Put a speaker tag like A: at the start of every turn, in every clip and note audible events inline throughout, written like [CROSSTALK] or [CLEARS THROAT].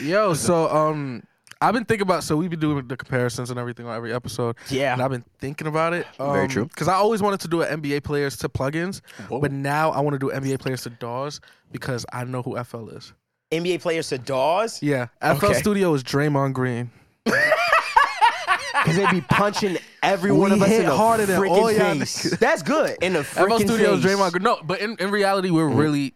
A: Yo, so um, I've been thinking about. So we've been doing the comparisons and everything on every episode.
B: Yeah.
A: and I've been thinking about it.
B: Very true.
A: Because I always wanted to do an NBA players to plugins,
B: Whoa.
A: but now I want to do NBA players to DAWs because I know who FL is.
B: NBA players to Dawes.
A: Yeah, FL
B: Okay.
A: Studio is Draymond Green.
C: Because they be punching every one
A: We
C: of us
A: hit
C: in the
A: harder than all
C: freaking
A: y'all
C: face.
A: niggas.
C: [LAUGHS] That's good. In the
A: FL
C: freaking
A: Studio is
C: face.
A: Draymond Green. No, but in, in reality, we're really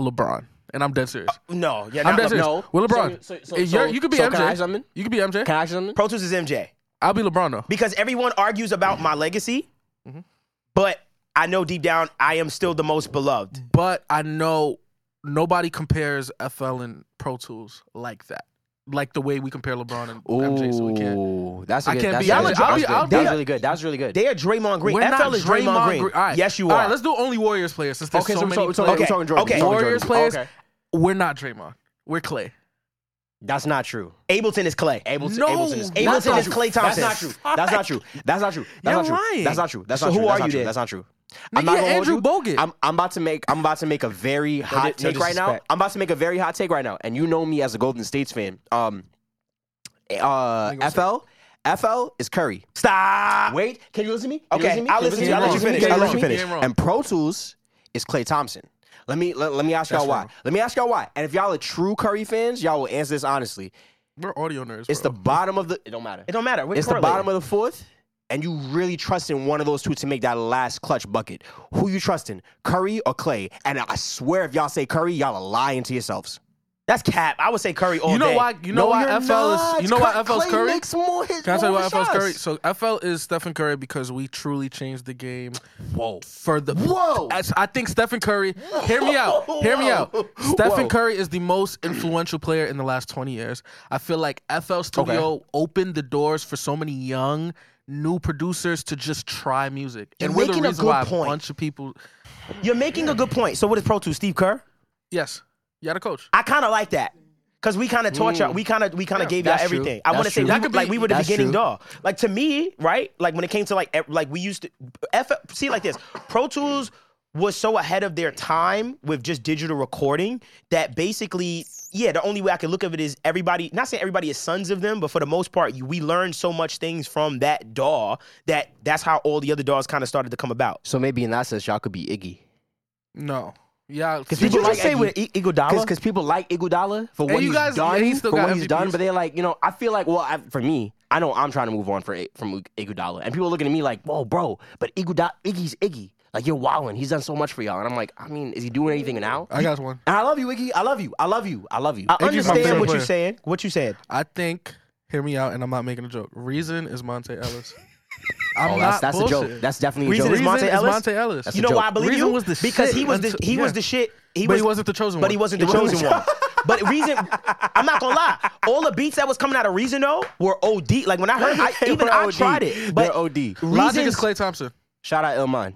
A: LeBron, and I'm dead serious.
B: uh, No, yeah,
A: I'm
B: not
A: dead serious.
B: LeBron.
D: no.
A: Well, LeBron,
D: So- so- so-
A: If you're- you could be
D: so
A: MJ.
D: can I ask something?
A: You could be MJ.
D: Can I ask you something?
B: Pro Tools is MJ
A: I'll be LeBron though.
B: because everyone argues about my legacy,
C: Mm-hmm.
B: but I know deep down I am still the most beloved.
A: but I know nobody compares FL and Pro Tools like that, like the way we compare LeBron and MJ. So we can't.
C: Ooh, that's a
A: I
C: good.
A: can't
C: that's
A: be-
C: a
A: I'll
C: good-
A: be- I'll
C: that's
A: be-
C: good.
A: I'll
C: That
A: be-
C: was really good. That was really good.
B: They are Draymond Green.
A: We're
B: FL
A: not
B: is Draymond, Green.
A: All right.
B: Yes, you
A: All
B: are.
A: right, let's do only Warriors players since there's
C: okay,
A: so,
C: so, we're
A: many
C: talking- so,
A: players.
C: we're talking Jordan.
B: Okay.
C: We're talking
A: Warriors
C: Jordan.
A: players,
D: Okay.
A: we're not Draymond. We're Clay.
C: That's not true.
B: Ableton is Clay.
C: Ableton,
A: No,
C: Ableton is,
A: that's
C: That's
B: not
C: not
B: true.
C: true.
B: Klay
C: That's not
B: Thompson.
C: true. That's not true. That's not true. That's not
A: You're
C: true.
A: lying.
C: That's not true. That's
B: So
C: not
B: who
C: true. That's
B: are
C: not
B: you
C: true.
B: then?
C: That's not true.
A: Nigga, you're
C: gonna hold
A: Andrew
C: you.
A: Bogut.
C: I'm, I'm about to make I'm about to make a very hot
D: di- no
C: take right now.
D: disrespect.
C: I'm about to make a very hot take right now, and you know me as a Golden States fan. Um, uh, FL FL is Curry.
B: Stop.
C: Wait, can you listen to me? Can
B: Okay,
C: you
B: I'll
C: listen to me? Can
A: listen to you.
C: listen
A: I'll let you
C: to me?
A: finish.
C: Can
A: Game wrong.
C: listen to me? And Pro Tools is Clay Thompson. Let me let, let me ask y'all why. Let me ask y'all why. And if y'all are true Curry fans, y'all will answer this honestly.
A: We're audio nerds.
C: It's
A: bro.
C: the bottom of the. It don't matter.
B: It don't matter. We're
C: it's the bottom of the fourth, and you really trust in one of those two to make that last clutch bucket. Who you trusting, Curry or Clay? And I swear, if y'all say Curry, y'all are lying to yourselves.
B: That's cap. I would say Curry all
A: You know
B: day.
A: why? You know
C: No,
A: why
C: you're
A: FL
C: not.
A: is? You know why
C: Cur-
A: FL's
C: Clay
A: Curry?
C: makes more hits-
A: Can I tell you
C: more
A: why FL's
C: shots.
A: Curry? So FL is Stephen Curry because we truly changed the game.
C: Whoa.
A: For the
C: Whoa.
A: As- I think Stephen Curry. Hear me out. Hear me out.
C: Whoa.
A: Stephen
C: Whoa.
A: Curry is the most influential player in the last twenty years. I feel like FL Studio opened the doors for so many young, new producers to just try music,
B: You're
A: and we're the
B: making a
A: reason
B: good
A: why
B: point.
A: a bunch of people.
B: You're making a good point. So what is Pro Two? Steve Kerr.
A: Yes, you had a coach.
B: I kind of like that. Cause we kind of taught y'all, we kind of we kind of gave y'all
C: Mm. that's true.
B: everything. I want to
C: That's
B: say
C: true.
B: we,
C: That
B: were-
A: could
B: like
A: be-
B: we were the
C: that's
B: beginning
C: true.
B: dog. Like to me, right? Like when it came to like ev- like we used to F, see like this. Pro Tools was so ahead of their time with just digital recording that basically, yeah, the only way I could look of it is everybody. Not saying everybody is sons of them, but for the most part, you- we learned so much things from that DAW that that's how all the other DAWs kind of started to come about.
C: So maybe in that sense, y'all could be Iggy.
A: No. Yeah.
B: Did
C: People
B: you just
C: like
B: say
C: Iggy.
B: with Iguodala?
C: Because people like Iguodala for what
A: you
C: he's
A: guys-
C: done,
A: and he still
C: for
A: got
C: what he's
A: MVP
C: done. But they're like, you know, I feel like, well, I, for me, I know I'm trying to move on for, from Iguodala, and people are looking at me like, whoa, bro, but Iguodala, Iggy's Iggy. Like you're wilding. He's done so much for y'all, and I'm like, I mean, is he doing anything now?
A: I got one.
C: And I love you, Iggy. I love you. I love you. I love you.
B: I
A: Iggy's my favorite
B: understand what you're
A: player.
B: saying. What you said.
A: I think. Hear me out, and I'm not making a joke. Reason is Monte Ellis.
B: [LAUGHS]
A: I'm
C: oh,
A: not
C: that's that's a
A: bullshit.
C: joke. That's definitely a
B: Reason
C: joke.
B: is Monte Ellis?
A: Monte Ellis.
C: That's
B: you
C: a
B: know
C: joke.
B: why I believe
A: Reason
B: you?
A: was the
B: because
A: shit
B: he was the
A: until-
B: he was
A: yeah.
B: the shit. He
A: but
B: was,
A: he wasn't the chosen one. [LAUGHS]
B: But he wasn't the chosen one. But reason, I'm not gonna lie. All the beats that was coming out of Reason though were OD. Like when
A: [LAUGHS]
B: I [LAUGHS] heard, I,
C: They
B: even
C: were
B: I
C: OD.
B: tried it.
C: They're
B: But
C: OD.
A: Logic
B: Reason's-
A: is Clay Thompson.
C: Shout out Ilman.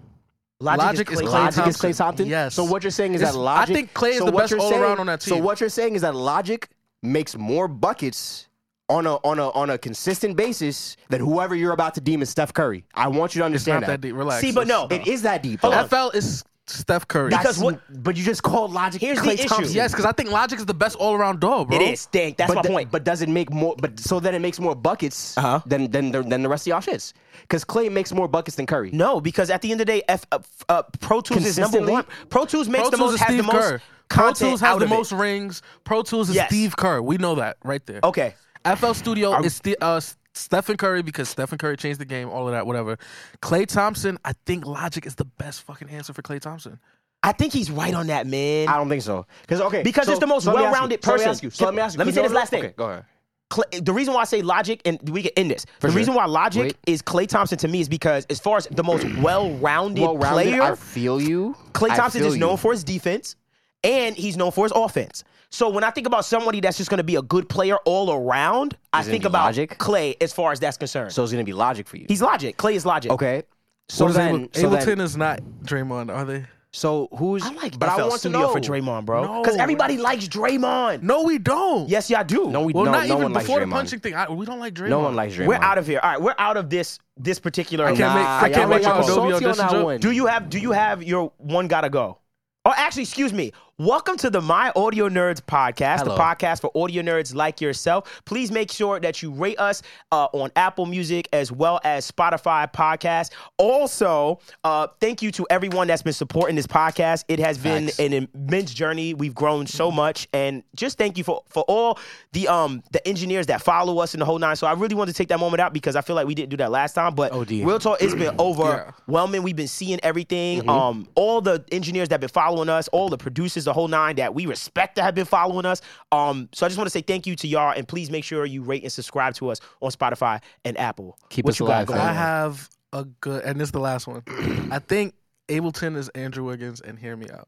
A: Logic is
B: Klay
A: Klay
B: Thompson.
C: Logic is Clay Thompson.
A: Yes.
C: So what you're saying is
A: It's-
C: that Logic.
A: I think Clay is
C: so
A: the
C: what
A: best
C: you're
A: all
C: saying-
A: around on that team.
C: So what you're saying is that Logic makes more buckets on a on a on a consistent basis than whoever you're about to deem as Steph Curry. I want you to
A: Not
C: understand
A: that deep. Relax.
B: See, but no,
C: It is that deep. though.
A: NFL is Steph Curry.
B: Because
C: That's-
B: what-
C: But you just called Logic.
B: Here's
C: Klay
B: the issue.
C: Thompson.
A: yes, because I think Logic is the best all around dog, bro.
B: It is. Dang, that's
C: but
B: my
C: th-
B: point.
C: But does it make more? But so then it makes more buckets
B: Uh-huh.
C: than than the, than the rest of y'all shits. Because Clay makes more buckets than Curry.
B: No, because at the end of the day, F, uh, f- uh, Pro Tools is number
C: Consistently?
B: one. Pro Tools makes
A: Pro
B: the
A: Tools
B: most,
A: is
B: has
A: Steve
B: the most
A: Kerr. Pro
B: content
A: Tools
B: out
A: has the
B: of it.
A: most rings. Pro Tools is
B: Yes.
A: Steve Kerr. We know that right there.
B: Okay.
A: FL Studio is the, uh, S- Stephen Curry because Stephen Curry changed the game, all of that, whatever. Clay Thompson, I think Logic is the best fucking answer for Clay Thompson.
B: I think he's right on that, man.
C: I don't think so. Because okay,
B: Because
C: so-
B: it's the most
C: so let me ask you.
B: well-rounded
C: So let
B: person.
C: me ask you. So let me ask you.
B: Let me say this
C: No, no,
B: last thing.
C: Okay, go ahead.
B: Clay, the reason why I say Logic, and we can end this. the
C: sure.
B: reason why Logic
C: Wait.
B: is Clay Thompson to me is because, as far as the
C: [CLEARS THROAT]
B: most well-rounded,
C: Well-rounded,
B: player,
C: I feel you.
B: Clay
C: I
B: Thompson
C: feel
B: is known
C: you.
B: for his defense, and he's known for his offense. So when I think about somebody that's just going to be a good player all around, I
C: Is it
B: think
C: gonna be
B: about
C: Logic?
B: Clay as far as that's concerned.
C: So it's gonna be logic for you.
B: he's Logic. Clay is Logic.
C: okay. So
A: What is
C: then,
A: Abel-
C: so,
A: Ableton
C: then
A: is not Draymond, are they?
C: so who's?
B: I like
C: but I
B: FL
C: want
B: Studio
C: to know.
B: for Draymond, bro.
A: No,
B: Because everybody likes Draymond.
A: No, we don't.
B: Yes, y'all do.
C: No, we
A: Well,
C: no,
A: not
C: no
A: even
C: one likes
A: before the
C: Draymond.
A: punching thing. I, we don't like Draymond.
C: No one likes Draymond.
B: we're out of here. All right, we're out of this this particular.
A: I can't make-
C: Nah,
A: I can't
C: y'all
A: make
C: y'all
A: Adobe
C: salty on
A: audition
C: that
A: joke.
C: one.
B: Do you have Do you have your one gotta go? Or actually, excuse me, Welcome to the My Audio Nerds podcast,
C: Hello.
B: the podcast for audio nerds like yourself. Please make sure that you rate us uh, on Apple Music as well as Spotify podcast. Also, uh, thank you to everyone that's been supporting this podcast. It has been
C: Facts.
B: an immense journey. We've grown so much, and just thank you for for all the um the engineers that follow us and the whole nine. So I really wanted to take that moment out because I feel like we didn't do that last time. But
C: Oh, dear.
B: real talk, it's
C: [CLEARS THROAT]
B: been overwhelming. We've been seeing
C: Mm-hmm.
B: everything. Um, all the engineers that have been following us, all the producers, the whole nine that we respect that have been following us. Um, so I just want to say thank you to y'all, and please make sure you rate and subscribe to us on Spotify and Apple.
C: Keep
B: What
C: us
B: you
C: alive,
B: got
C: fam.
B: going?
A: I
C: on.
A: have a good, and this is the last one. [CLEARS THROAT] I think Ableton is Andrew Wiggins, and hear me out.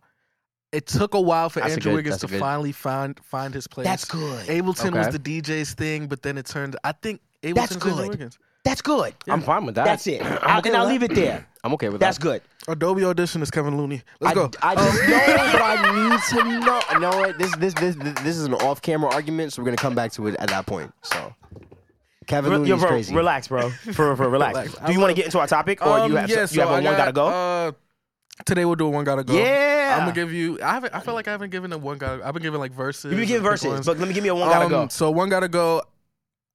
A: It took a while for
C: That's a
A: Andrew
C: good-
A: Wiggins
C: that's
A: to
C: a good-
A: finally find find his place.
B: That's good.
A: Ableton was
C: Okay.
A: the DJ's thing, but then it turned. I think Ableton's
B: That's
A: Andrew
B: good.
A: Wiggins.
B: That's good.
C: I'm fine with that.
B: That's it.
C: I'm
B: I,
C: okay
B: and
C: with
B: I'll
C: that.
B: leave it there.
C: [CLEARS THROAT] I'm okay with
B: That's
C: that.
B: good.
A: Adobe Audition is Kevin Looney. Let's
C: I,
A: go.
C: I just know, but I need to know. You know what? This this this this is an off-camera argument, so we're gonna come back to it at that point. So, Kevin
B: Re-
C: Looney
B: yo,
C: is
B: bro,
C: crazy.
B: relax,
C: [LAUGHS]
B: bro. For for relax.
A: Relax.
B: Do you
A: I
B: want to
A: will.
B: get into our topic, or
A: Um,
B: you have
A: yeah,
B: you have
A: so
B: a
A: I
B: one gotta go?
A: Uh, today we'll do a one gotta go.
B: Yeah.
A: I'm gonna give you. I haven't. I feel like I haven't given a one gotta. I've been giving like verses.
B: you can give
A: and pick
B: verses,
A: ones.
B: but let me give me a one gotta
A: Um,
B: go.
A: So one gotta go.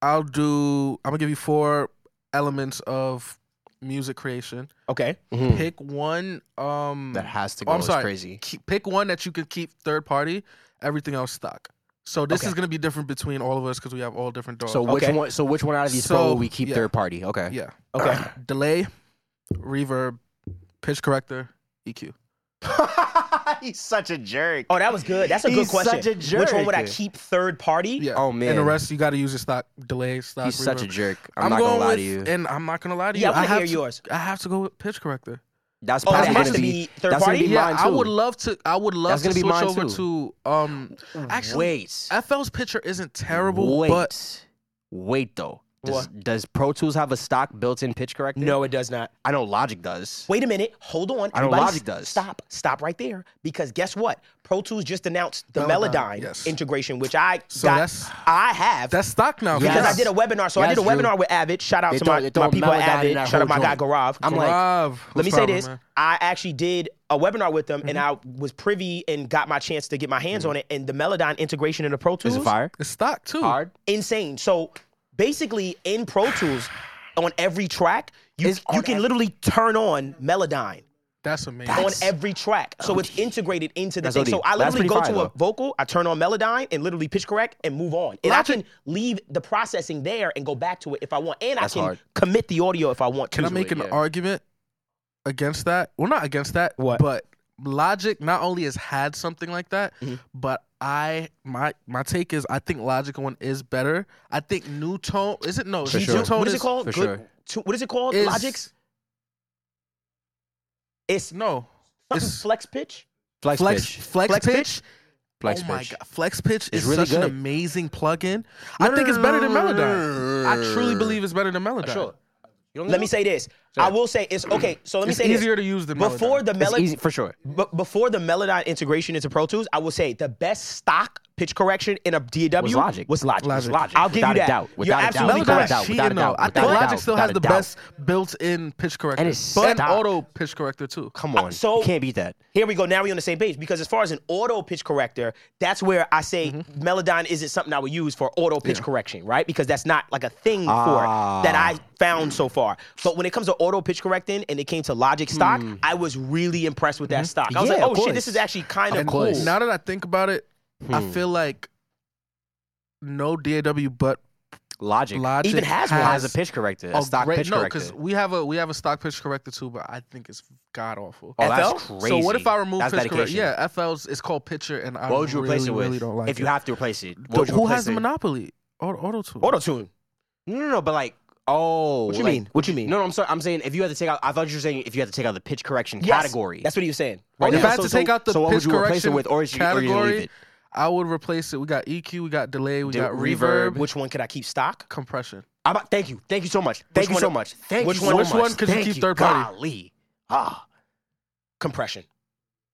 A: I'll do. I'm gonna give you four elements of music creation.
B: Okay.
C: Mhm.
A: Pick one. Um,
C: That has to go.
A: oh, I'm
C: It's
A: sorry.
C: crazy.
A: keep- pick one that you could keep third party. Everything else stuck. So this
B: Okay.
A: is gonna be different between all of us because we have all different dogs.
C: So which
B: Okay.
C: one? So which one out of these
A: So,
C: four will we keep
A: yeah.
C: third party? Okay.
A: yeah, [LAUGHS]
C: [LAUGHS]
B: Okay.
A: delay, reverb, pitch corrector, E EQ.
C: He's such a jerk.
B: Oh, that was good. That's a good
C: He's
B: question.
C: such a
B: Which one would I
C: jerk.
B: keep third party?
A: Yeah.
C: Oh,
A: And
C: man.
A: the rest you got to use your stock delay stock.
C: He's such a
A: reverb.
C: jerk. I'm, not
A: going
C: gonna lie
A: with,
C: to you.
A: And I'm not gonna lie to
B: Yeah,
A: you.
B: I
A: I
B: want to
A: have
B: hear yours.
A: I have to go with pitch corrector.
C: That's
B: Oh,
C: probably
B: that has
C: gonna
B: to
C: be,
B: be third
C: that's gonna
B: party?
C: be
A: Yeah,
C: mine
A: I
C: too.
A: would love to. I would love
C: That's
A: to
C: gonna be
A: switch
C: mine,
A: over to um. Actually,
C: Wait.
A: FL's picture isn't terrible,
C: Wait.
A: but
C: Wait though. Does, does Pro Tools have a stock built-in pitch corrector?
B: No, it does not.
C: I know Logic does.
B: Wait a minute. Hold on.
C: I know
B: Everybody
C: Logic
B: s-
C: does.
B: Stop. Stop right there. Because guess what? Pro Tools just announced the Melodyne,
A: Melodyne, yes.
B: integration, which I
A: So
B: got.
A: that's-
B: I have.
A: that's stock now.
B: because
C: Yes.
B: I did a webinar. So I
C: Yes,
B: did a
C: Drew.
B: webinar with Avid. Shout out
C: They
B: to
C: throw-
B: my,
C: they
B: my
C: throw
B: people at
C: Melodyne in
B: Avid.
C: that
B: Shout out my
C: whole
B: guy
C: joint.
B: Garav.
C: I'm like,
A: Love.
B: Let me say this. I actually did a webinar with them and
C: Mm-hmm.
B: I was privy and got my chance to get my hands on it. And the Melodyne integration into Pro Tools
C: Is it fire?
A: It's stock too.
C: Hard.
B: insane. So basically, in Pro Tools, on every track, you,
C: It's
B: you
C: on
B: can
C: every-
B: literally turn on Melodyne
A: That's amazing.
B: on every track. So it's integrated into the
C: Oh, That's
B: thing. So
C: OD.
B: I
C: That's
B: literally
C: pretty
B: go
C: fire,
B: to a
C: though.
B: vocal, I turn on Melodyne and literally pitch correct and move on. And I
A: Logic-
B: can leave the processing there and go back to it if I want. And I
C: That's
B: can
C: hard.
B: commit the audio if I want
A: Can I
B: to.
A: make an
C: yeah.
A: argument against that? Well, not against that.
B: What?
A: But Logic not only has had something like that,
C: Mm-hmm.
B: Mhm.
A: but I my my take is I think Logic one is better. I think New Tone is it no
C: For
A: New
C: sure.
A: Tone
B: What is
A: is
B: it called?
C: for
B: Good-
C: sure.
B: to- what is it called?
A: is-
B: Logic's? It's
A: No,
B: something
A: it's-
B: flex pitch?
C: Flex,
A: Flex
C: pitch.
A: Flex,
B: Flex
A: pitch?
B: pitch?
C: Flex
A: oh
C: pitch.
A: my god, Flex Pitch is
C: really
A: such an
C: good.
A: amazing plugin. I think it's better than Melodyne. I truly believe it's better than Melodyne.
C: Sure. You don't
B: Let
C: know?
B: me say this. I will say it's okay. So let me
A: It's
B: say this.
A: easier to use than
B: Before
A: Melodyne.
B: the
C: It's
B: Melodyne,
C: easy for sure.
B: But before the Melodyne integration into Pro Tools, I will say the best stock pitch correction in a DAW
C: Was Logic.
B: Was Logic.
A: Logic.
B: I'll give
C: Without
B: you
C: a
B: that.
C: doubt.
B: You're
C: Without a doubt.
B: absolutely
C: Without a
A: Melodyne
B: correct.
A: doubt,
C: doubt,
A: cheating
C: without a
A: though.
C: doubt,
A: uh, I think
C: without a
A: Logic
C: doubt,
A: still
C: without
A: has
C: a
A: the
C: doubt.
A: best built-in pitch corrector
C: it's
A: but
C: stock.
A: auto pitch corrector too.
C: Come on.
B: so-
C: you can't beat that.
B: Here we go. Now we're on the same page because as far as an auto pitch corrector, that's where I say Melodyne isn't something I would use for auto pitch correction, right? Because that's not like a thing for it that I found so far. But when it comes to auto pitch correcting and it came to Logic stock, I was really impressed with that stock. I was
C: Yeah,
B: like, oh
C: of
B: shit,
C: course.
B: this is actually kind of
A: And
B: cool.
C: course.
A: Now that I think about it, I
C: Hmm.
A: feel like no DAW but
C: Logic.
A: Logic
B: Even has one.
C: has a pitch corrector. A stock
A: great-
C: pitch
A: no,
C: corrector.
A: because we have a we have a stock pitch corrector too, but I think it's god awful.
C: Oh, that's
B: FL?
C: crazy.
A: So what if I remove
C: that's
A: pitch
C: dedication.
A: corrector? Yeah, FL's it's called pitcher, and I
C: What would you
A: really,
C: replace it with?
A: really don't like
C: if you
A: it.
C: have to replace it, what
A: The-
C: would you
A: who
C: replace
A: has the
C: it?
A: monopoly? Auto tune.
B: Auto tune.
C: No, no, no. But like, oh,
B: What you
C: like-
B: mean? What you mean?
C: No, no. I'm sorry. I'm saying if you had to take out, I thought you were saying if you had to take out the pitch correction
B: Yes,
C: category.
B: That's what he was saying.
C: Right
A: Oh, if
C: now.
A: I had
C: So-
A: to
C: so-
A: take out the
C: so what would
A: pitch
C: you replace
A: correction
C: it with, or is you- or you're
A: category,
C: gonna leave it?
A: I would replace it. We got EQ, we got delay, we
C: Did
A: got
C: reverb,
A: reverb,
B: Which one could I keep stock?
A: compression.
C: I'm about- thank you, thank you so much, thank you
B: one-
C: so much, thank
B: which
C: you
B: one-
C: so
A: which
C: much.
A: one could you
C: Thank
A: keep third party?
C: Golly, ah,
B: Compression.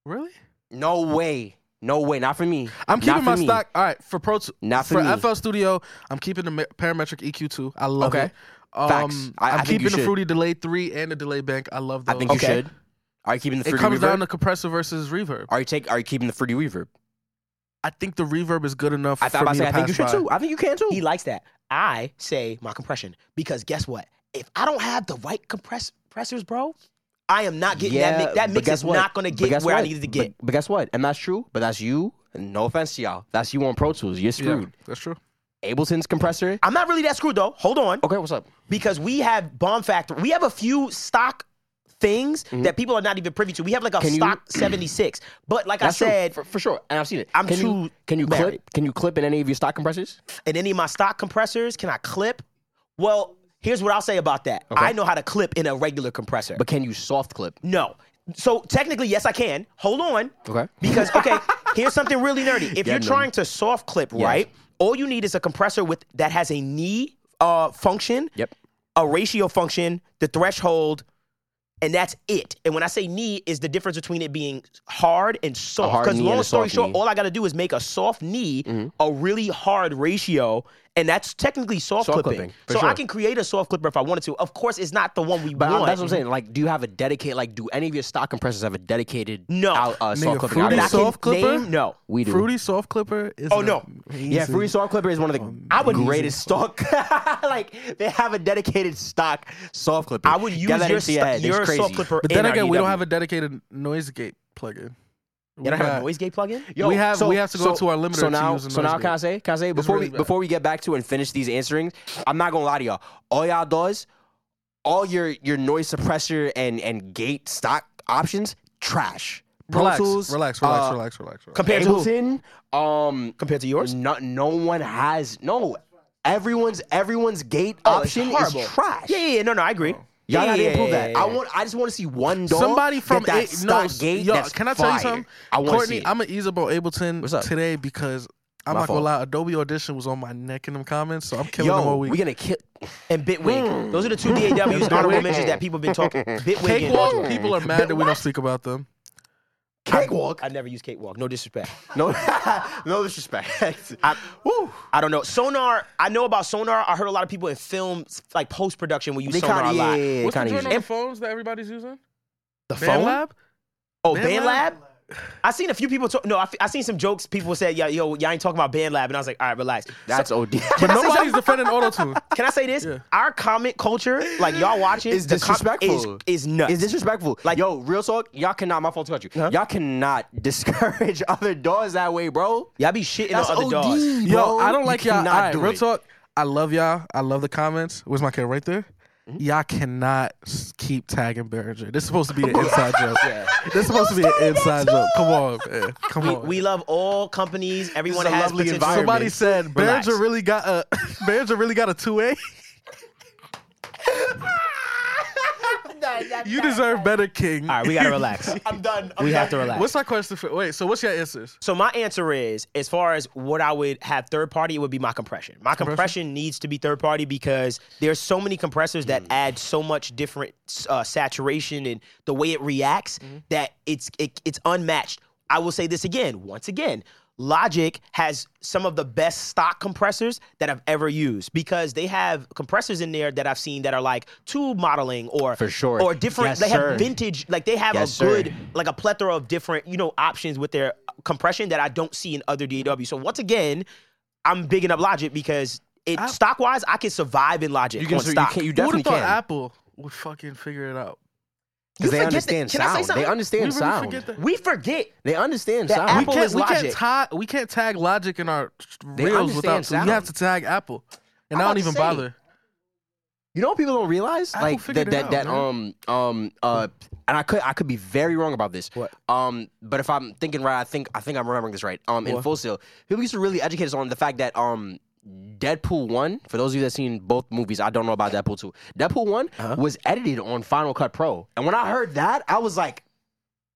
A: Really?
C: no way, no way, not for me.
A: I'm
C: Not
A: keeping
C: for
A: my
C: me.
A: stock. All right, for Pro t-
C: Not for
A: for,
C: me.
A: FL Studio, I'm keeping the ma- parametric EQ two. I love
C: Okay.
A: it.
C: Facts. I- I
A: am
C: think you
A: keeping the
C: should.
A: fruity delay three and the delay bank. I love
C: I
A: those.
C: think you
B: Okay.
C: should. Are you keeping the
A: It
C: fruity
A: comes
C: reverb?
A: down to compressor versus reverb.
C: are you take? Are you keeping the fruity reverb?
A: I think the reverb is good enough
C: I thought
A: for
C: about
A: me to
C: saying. I
A: pass
C: think you should
A: by.
C: too. I think you can too.
B: He likes that. I say my compression because guess what? If I don't have the right compress- compressors, bro, I am not getting that mix. That
C: but
B: mix
C: guess
B: is
C: what?
B: not going to
C: But
B: get where
C: guess
B: I
C: what?
B: needed to get.
C: But, but guess what? And that's true. But that's you. and No offense to y'all. That's you on Pro Tools. You're
A: Yeah,
C: screwed.
A: that's true.
C: Ableton's compressor.
B: I'm not really that screwed though. Hold on,
C: Okay, what's up?
B: because we have Bomb Factory. We have a few stock things that people are not even privy to. We have like a
C: Mm-hmm. Can you-
B: stock 76. But like
C: That's
B: I
C: true,
B: said,
C: for, for sure, and I've seen it.
B: I'm
C: can
B: too
C: You, can you
B: married.
C: clip? Can you clip in any of your stock compressors?
B: in any of my stock compressors, can I clip? Well, here's what I'll say about that. I know how to clip in a regular compressor.
C: But can you soft clip?
B: No. So technically, yes, I can. Hold on.
C: Okay.
B: Because
C: [LAUGHS]
B: okay, here's something really nerdy. If
C: Yeah,
B: you're
C: no.
B: trying to soft clip, right? All you need is a compressor with that has a knee uh, function,
C: Yep.
B: a ratio function, the threshold, and that's it. And when I say knee, is the difference between it being hard and soft.
C: hard
B: Because
C: knee and
B: long
C: a
B: story
C: soft
B: short,
C: knee. Mm-hmm.
B: all I got to do is make a soft knee a really hard ratio, and that's technically soft,
C: Soft
B: clipping.
C: clipping, for
B: so I
C: sure.
B: can create a soft clipper if I wanted to. Of course, it's not the one we
C: But
B: want.
C: I- that's what I'm saying. Like, do you have a dedicated? Like, do any of your stock compressors have a dedicated?
B: No.
C: out, uh, soft
A: Nigga,
C: clipping?
A: fruity
C: I
B: That I
C: mean,
A: soft-
B: can
A: clipper?
B: name- no.
C: we do.
A: Fruity soft clipper is.
B: Oh, no.
C: yeah, fruity soft clipper is one of the
A: Um,
B: I would-
C: greatest stock.
B: [LAUGHS]
C: [LAUGHS] like, they have a dedicated stock soft clipper.
B: I would use
C: Get that
B: your,
C: into your,
B: stu-
C: head. It's
B: your
C: crazy.
B: soft clipper.
A: But then
B: in
A: again, we don't
B: RDW.
A: have a dedicated noise gate plugin. We
B: You don't have
A: got-
B: a noise gate plugin.
C: [LAUGHS] Yo,
A: we have- we have to go to our limiter
C: So
A: to
C: now,
A: use a
C: so
A: noise
C: now,
A: gate.
C: can I say, can I say before
A: really
C: we
A: bad.
C: before we get back to and finish these answerings, I'm not gonna lie to y'all. All y'all does, all your your noise suppressor and and gate stock options, trash. Pro
A: Relax,
C: Tools,
A: relax, relax,
C: uh,
A: relax, relax, relax.
B: compared to who?
C: Ableton, um,
B: compared to yours.
C: no, no one has no. Everyone's everyone's gate
B: Oh, it's
C: option is
B: horrible.
C: trash.
B: Yeah, yeah, yeah, no, no, I agree.
C: Y'all
B: Oh. yeah,
C: gotta
B: yeah,
C: improve
B: yeah,
C: that.
B: yeah,
C: I
B: yeah.
C: want. I just want to see one dog.
A: Somebody
C: get
A: from
C: that
A: it-
C: stock
A: no,
C: gate.
A: Yo,
C: that's
A: can I tell
C: fire.
A: you something?
C: I want to see.
A: Courtney,
C: it.
A: I'm gonna ease about Ableton
C: What's up?
A: today because I'm
C: My
A: not gonna
C: fault.
A: lie. Adobe Audition was on my neck in them comments, so I'm killing them
C: Yo,
A: all week.
C: we gonna kill.
B: And Bitwig. Mm. [LAUGHS] Those are the two DAWs honorable mentions that people have been [LAUGHS] talking. Bitwig and
A: Cakewalk.
B: Audra.
A: People are mad that we don't speak about them.
C: Cakewalk.
B: I never use Cakewalk. No disrespect.
C: [LAUGHS] No, [LAUGHS] no disrespect. [LAUGHS]
B: I, I don't know. Sonar. I know about Sonar. I heard a lot of people in films, like post production, will use
C: they
B: Sonar
C: kind
B: a
C: of yeah,
B: lot.
C: yeah,
A: What's the
C: kind
A: joint
C: of
A: on the phones that everybody's using?
B: The
A: FanLab.
B: Oh,
A: BandLab?
B: BandLab? I seen a few people talk. No, I, f- I seen some jokes. People said, "Yo, yo, y'all ain't talking about BandLab," and I was like, "All right, relax."
A: [LAUGHS]
C: That's OD.
A: But nobody's defending AutoTune.
B: Can I say this?
A: Yeah.
B: Our comment culture, like y'all watching,
C: It's
B: the com-
C: disrespectful.
B: is, is nuts.
C: It's disrespectful. Like, yo, real talk, y'all cannot. My fault to cut you. Y'all cannot [LAUGHS] discourage other dogs that way, bro.
B: y'all be shitting on
C: That's
B: other
C: OD,
B: dogs.
A: Yo,
C: bro.
A: I don't like
C: you
A: y'all. All
C: cannot
A: right,
C: do
A: real
C: it.
A: talk. I love y'all. I love the comments. Where's my kid right there?
C: Mm-hmm.
A: Y'all cannot s- keep tagging Behringer. This is supposed to be
C: [LAUGHS]
A: an inside joke. This is supposed to be an inside joke. Come on, man. Come on.
B: We love all companies. Everyone
C: a
B: has
C: lovely
B: potential.
C: environment.
A: Somebody said
B: Relax.
A: Behringer really got a [LAUGHS] Behringer really got a two A. You deserve better, King.
B: All right, we
A: [LAUGHS]
B: gotta relax.
C: [LAUGHS] I'm done.
B: we have to relax.
A: What's my question for? Wait, so what's your answers?
B: so my answer is, as far as what I would have third party, it would be my compression. My compression, needs to be third party because there's so many compressors that add so much different uh, saturation and the way it reacts that it's it, it's unmatched. I will say this again, once again. Logic has some of the best stock compressors that I've ever used because they have compressors in there that I've seen that are like tube modeling or
C: For sure.
B: or different.
C: Yes,
B: they
C: sir.
B: have vintage, like they have
C: Yes,
B: a
C: sir.
B: good like a plethora of different, you know, options with their compression that I don't see in other DAW. So once again, I'm bigging up Logic because it stock wise, I can survive in Logic
C: You can.
B: on
C: sur- You,
B: stock.
C: can, you
A: Who would
C: definitely
A: have thought
C: can.
A: Apple would fucking figure it out?
B: You
C: Because they
B: forget that-
C: understand
B: can I say
C: sound.
B: something?
C: They
A: We
C: understand
A: really
C: sound.
A: forget that.
B: we forget.
C: They understand
B: That
C: sound.
B: Apple
A: We can't,
B: is
A: we can't
B: Logic.
A: tag we can't tag Logic in our
C: They
A: reels without
C: understand
A: so you
C: sound.
A: have to tag Apple, and I don't
C: I'm about to
A: even
C: say.
A: bother.
C: You know what people don't realize?
A: Apple
C: like
A: figured
C: that
A: it out,
C: that that
A: man.
C: um um uh and I could I could be very wrong about this.
B: What?
C: Um but if I'm thinking right, I think I think I'm remembering this right. Um in
B: What?
C: full sale, people used to really educate us on the fact that um Deadpool 1, for those of you that seen both movies, I don't know about Deadpool 2. Deadpool one was edited on Final Cut Pro. And when I heard that, I was like,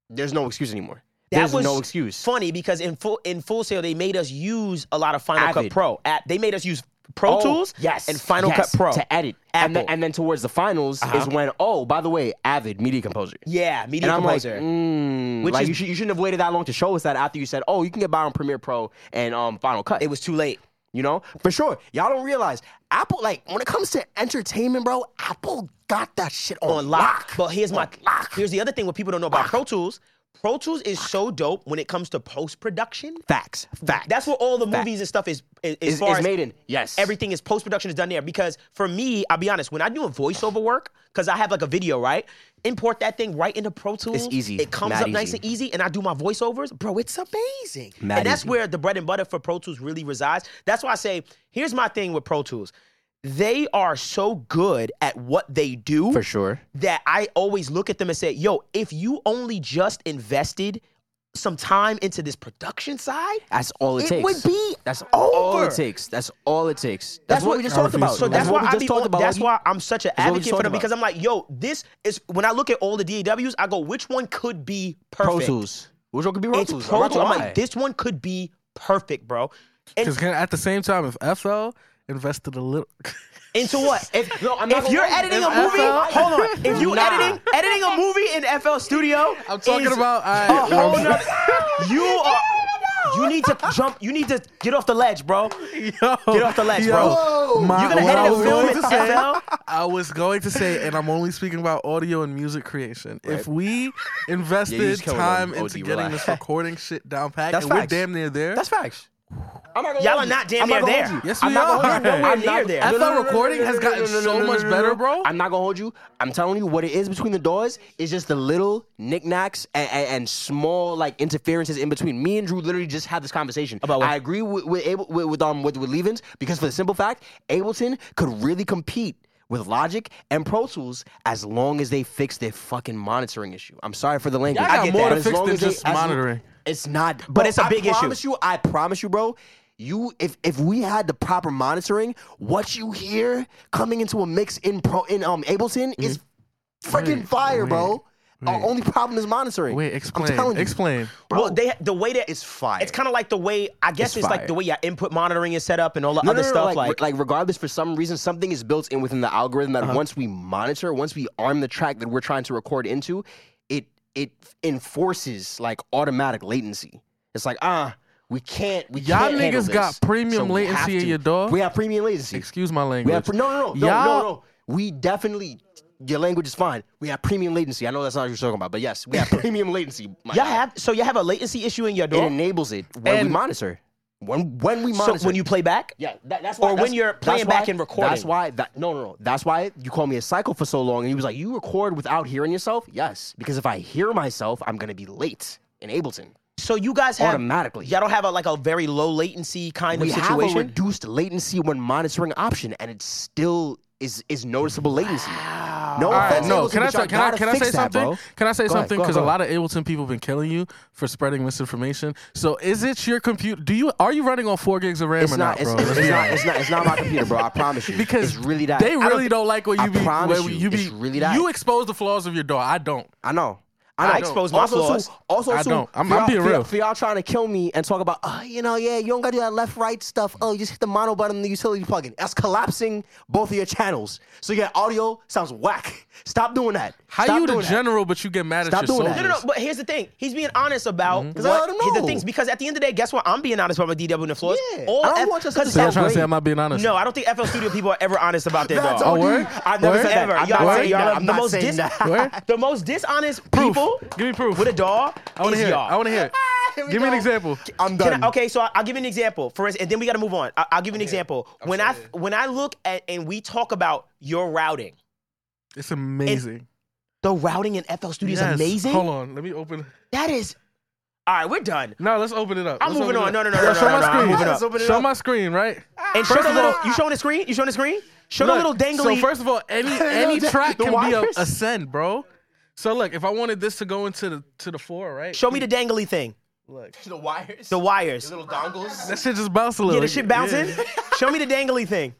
C: there's no excuse anymore.
B: That
C: There's
B: was
C: no excuse.
B: Funny because in full in full sale they made us use a lot of Final Cut
C: Avid.
B: Pro. At, they made us use Pro
C: Oh,
B: Tools
C: yes,
B: and Final
C: yes,
B: Cut Pro
C: to edit. And then,
B: Apple.
C: and then towards the finals is when, oh, by the way, Avid, Media Composer.
B: Yeah, Media
C: And I'm
B: Composer.
C: like, mm,
B: Which
C: like
B: is-
C: you, should, you shouldn't have waited that long to show us that after you said, oh, you can get by on Premiere Pro and um Final Cut.
B: It was too late.
C: You know, for sure. Y'all don't realize Apple. Like when it comes to entertainment, bro, Apple got that shit on,
B: on lock. But here's my here's the other thing what people don't know about Pro Tools. Pro Tools is so dope when it comes to post production.
C: Facts, facts.
B: That's what all the
C: Fact.
B: movies and stuff is is, as
C: is,
B: far
C: is
B: as
C: made in. Yes,
B: everything is post production is done there. Because for me, I'll be honest, when I do a voiceover work, because I have like a video, right? Import that thing right into Pro Tools.
C: easy.
B: It comes
C: Mad
B: up nice
C: easy.
B: and easy, and I do my voiceovers. Bro, it's amazing.
C: Mad
B: and that's
C: easy.
B: where the bread and butter for Pro Tools really resides. That's why I say, here's my thing with Pro Tools. They are so good at what they do
C: for sure.
B: that I always look at them and say, yo, if you only just invested some time into this production side,
C: That's all it,
B: It
C: takes.
B: would be
C: That's all
B: over.
C: it takes. That's all it takes. That's,
B: That's
C: what,
B: what-
C: we just
A: I
C: talked
A: refuse
C: about.
A: to
B: So
A: Like,
B: that's,
A: what
B: why I
C: just
B: be,
C: talked about.
B: That's
C: Loki.
B: why I'm such an
C: what we
B: advocate
C: just
B: for
C: talked
B: them
C: about.
B: because I'm like, yo, this is when I look at all the DAWs, I go, which one could be
C: Pro
B: perfect?
C: Tools. Which one could be Pro
B: It's
C: Tools? I'm
B: Pro
C: not
B: Tools. I'm
C: gonna lie.
B: like, this one could be perfect, bro. And
A: Because at the same time, if FL invested a little, [LAUGHS]
B: into what? If,
C: If, [LAUGHS] no, I'm not
B: if
C: gonna
B: you're
C: lie.
B: editing a
A: If
B: movie,
A: FL
B: hold on.
C: [LAUGHS]
B: If you
C: Nah.
B: editing editing a movie in FL Studio,
A: I'm talking
B: is
A: about.
C: [LAUGHS]
B: a
C: Oh,
A: I,
B: whole nother- you are. You need to jump. You need to get off the ledge, bro. Get off the ledge,
A: [LAUGHS]
B: bro.
A: Yo, my-
B: You're gonna
A: what
B: edit
A: I
B: a
A: was
B: film
A: going
B: in
A: to say-
B: FL?
A: I was going to say, and I'm only speaking about audio and music creation. If we invested
C: just killed
A: time
C: them, OD,
A: into getting
C: relax.
A: this recording
C: [LAUGHS]
A: shit down pat,
C: That's
A: and we're
C: facts.
A: damn near there.
C: That's facts. I'm not gonna
B: Y'all
C: hold
B: are
C: you.
B: not damn
C: I'm
B: near
C: gonna
B: there.
C: hold you.
A: Yes,
C: I'm
A: we
C: not gonna
A: are. [LAUGHS]
C: hold you.
A: Nowhere
C: I'm not-
B: near there.
C: No,
A: FL
C: no, no, no, no,
A: recording
C: no,
A: has
C: no,
A: gotten
C: no,
A: so
C: no, no, no,
A: much
C: no, no,
A: better,
C: no.
A: bro.
C: I'm not gonna hold you. I'm telling you what it is between the doors is just the little knickknacks and, and, and small like interferences in between. Me and Drew literally just had this conversation.
B: About what?
C: I agree with with, Able, with, with um with, with leave-ins because for the simple fact, Ableton could really compete. With Logic and Pro Tools, as long as they fix their fucking monitoring issue. I'm sorry for the language.
A: Y'all got
C: I get
A: more
C: that.
A: to
C: As
A: fix
C: long
A: than
C: as they-
A: just
C: as-
A: monitoring.
C: It's not,
B: But it's a big issue.
C: I promise you, I promise you, bro. You, if if we had the proper monitoring, what you hear coming into a mix in pro in um Ableton is
B: Mm-hmm.
C: freaking
A: Wait,
C: fire, bro.
A: wait,
C: Our
A: wait.
C: only problem is monitoring.
A: Wait,
C: I'm telling
A: explain.
C: you,
A: Explain.
C: [LAUGHS] bro.
B: Well, they the way that
C: it's fire.
B: It's kind of like the way I guess
C: It's
B: it's, like
C: fire.
B: the way your input monitoring is set up and all the
C: no,
B: other
C: no, no,
B: stuff.
C: like,
B: like,
C: like regardless, for some reason, something is built in within the algorithm
A: Uh-huh.
C: that once we monitor, once we arm the track that we're trying to record into, it it enforces like automatic latency. It's like ah, we can't, we
A: Y'all
C: can't handle
A: niggas
C: this,
A: got premium
C: so we have
A: latency in
C: to-
A: your dog?
C: We have premium latency.
A: Excuse my
C: We
A: language.
C: have pre- no, no, no, no, no,
A: Y'all-
C: no. We definitely. Your language is fine. We have premium latency. I know that's not what you're talking about, but
A: [LAUGHS]
C: yes, we have premium latency. my
B: y'all
C: guy.
B: have so you have a latency issue in your
C: it
B: door.
C: enables it when we
A: And-
C: monitor. When when we
B: So
C: monitor,
B: when you play back,
C: yeah, that, that's
B: Or
C: why. that's-
B: when you're
C: that's
B: playing
C: why-
B: back and recording.
C: That's why. That, no, no, no. That's why you called me a psycho for so long, and he was like, "You record without hearing yourself." Yes, because if I hear myself, I'm gonna be late in Ableton.
B: so you guys have
C: Automatically.
B: Y'all don't have a, like a very low latency kind
C: we
B: of
C: have a
B: situation.
C: reduced latency when monitoring option, and it still is is noticeable latency. No,
A: All right,
C: offense,
A: no.
C: Ableton,
A: Can I,
C: but y'all
A: say, can, I,
C: gotta
A: can I say
C: fix that,
A: something?
C: bro.
A: Can I say
C: Go ahead,
A: something?
C: go
A: Because a
C: ahead.
A: lot of Ableton people have been killing you for spreading misinformation. So is it your computer? Do you are you running on four gigs of RAM
C: It's
A: or not,
C: not. It's,
A: bro?
C: it's not. It's not. It's not my computer, bro. I promise
A: [LAUGHS]
C: you.
A: because
C: it's really that. I
A: they
C: don't
A: really
C: thi-
A: don't, like what
C: I
A: you be.
C: promise
A: what
C: you,
A: you be.
C: it's really that.
A: You expose the flaws of your door. I don't.
C: I know.
B: I
C: I, know.
B: expose my
C: also too-
B: flaws.
C: also,
A: I
C: too,
A: don't. I'm-
C: for
A: I'm
C: y'all-
A: being
C: for y'all-
A: real.
C: For y'all trying to kill me and talk about, oh, you know, yeah, you don't gotta do that left right stuff. Oh, you just hit the mono button, in the utility plugin. That's collapsing both of your channels. So your audio sounds whack. Stop doing that.
A: How
C: Stop
A: you the
C: doing that.
A: general, but you get mad
C: Stop
A: at your
C: doing that.
A: soldiers?
B: No, no, no. But here's the thing. He's being honest about
A: Mm-hmm.
C: I
B: what-
C: let him
B: the
C: know.
B: things because at the end of the day, guess what? I'm being honest about my DW and the floors.
C: Yeah.
B: All
C: I don't
B: F-
C: want your
B: 'cause
C: sister to
A: Y'all
C: sound
A: trying to say
C: great.
A: I'm not being honest?
B: No, I don't think FL Studio people are ever honest about their
C: That's
B: dog.
A: Oh,
C: OD.
A: word?
C: I never
A: Word?
C: said that.
B: Ever.
C: I'm
B: Y'all,
C: not
A: word?
C: saying
B: y'all,
C: that. I'm
B: the
C: not
B: most
C: saying
B: dis-
C: that.
A: Word?
B: [LAUGHS] the most dishonest
A: Proof.
B: people
A: Give me proof.
B: with a dog
A: I want
B: is
A: to hear. it.
B: y'all.
A: I want to hear. it.
C: [LAUGHS] Here we
A: Give me an
C: go.
A: example.
C: I'm
B: Can I-
C: done.
B: okay, so I- I'll give you an example. For instance, and then we got to move on. I, will give you an example. When I when I look at and we talk about your routing,
A: It's amazing.
B: the routing in FL Studio
A: Yes.
B: is amazing.
A: Hold on. Let me open.
B: That is. All right, we're done.
A: No, let's open it up.
B: I'm
A: Let's
B: moving
A: open
B: on.
A: it
B: No,
A: up.
B: no, no, no,
A: Yo,
B: no,
A: show
B: no,
A: my
B: no, I'm
A: screen.
B: moving
C: up. Open it
A: show
C: up.
A: my screen, right?
B: And show
A: Ah. First
B: the
A: of
B: little.
A: all-
B: You showing the screen? You showing the screen? Show the little
A: Look,
B: dangly.
A: [LAUGHS] So first of all,
B: [LAUGHS]
A: any any
C: The
A: track can be a,
C: wires.
A: a send, bro. So look, if I wanted this to go into the to the four, right?
B: show me the dangly thing.
A: Look,
C: [LAUGHS] The wires.
B: The wires.
C: little dongles.
A: that shit just bounced a little.
B: Yeah, the shit bouncing.
C: [LAUGHS]
A: Yeah.
B: Show me the dangly thing.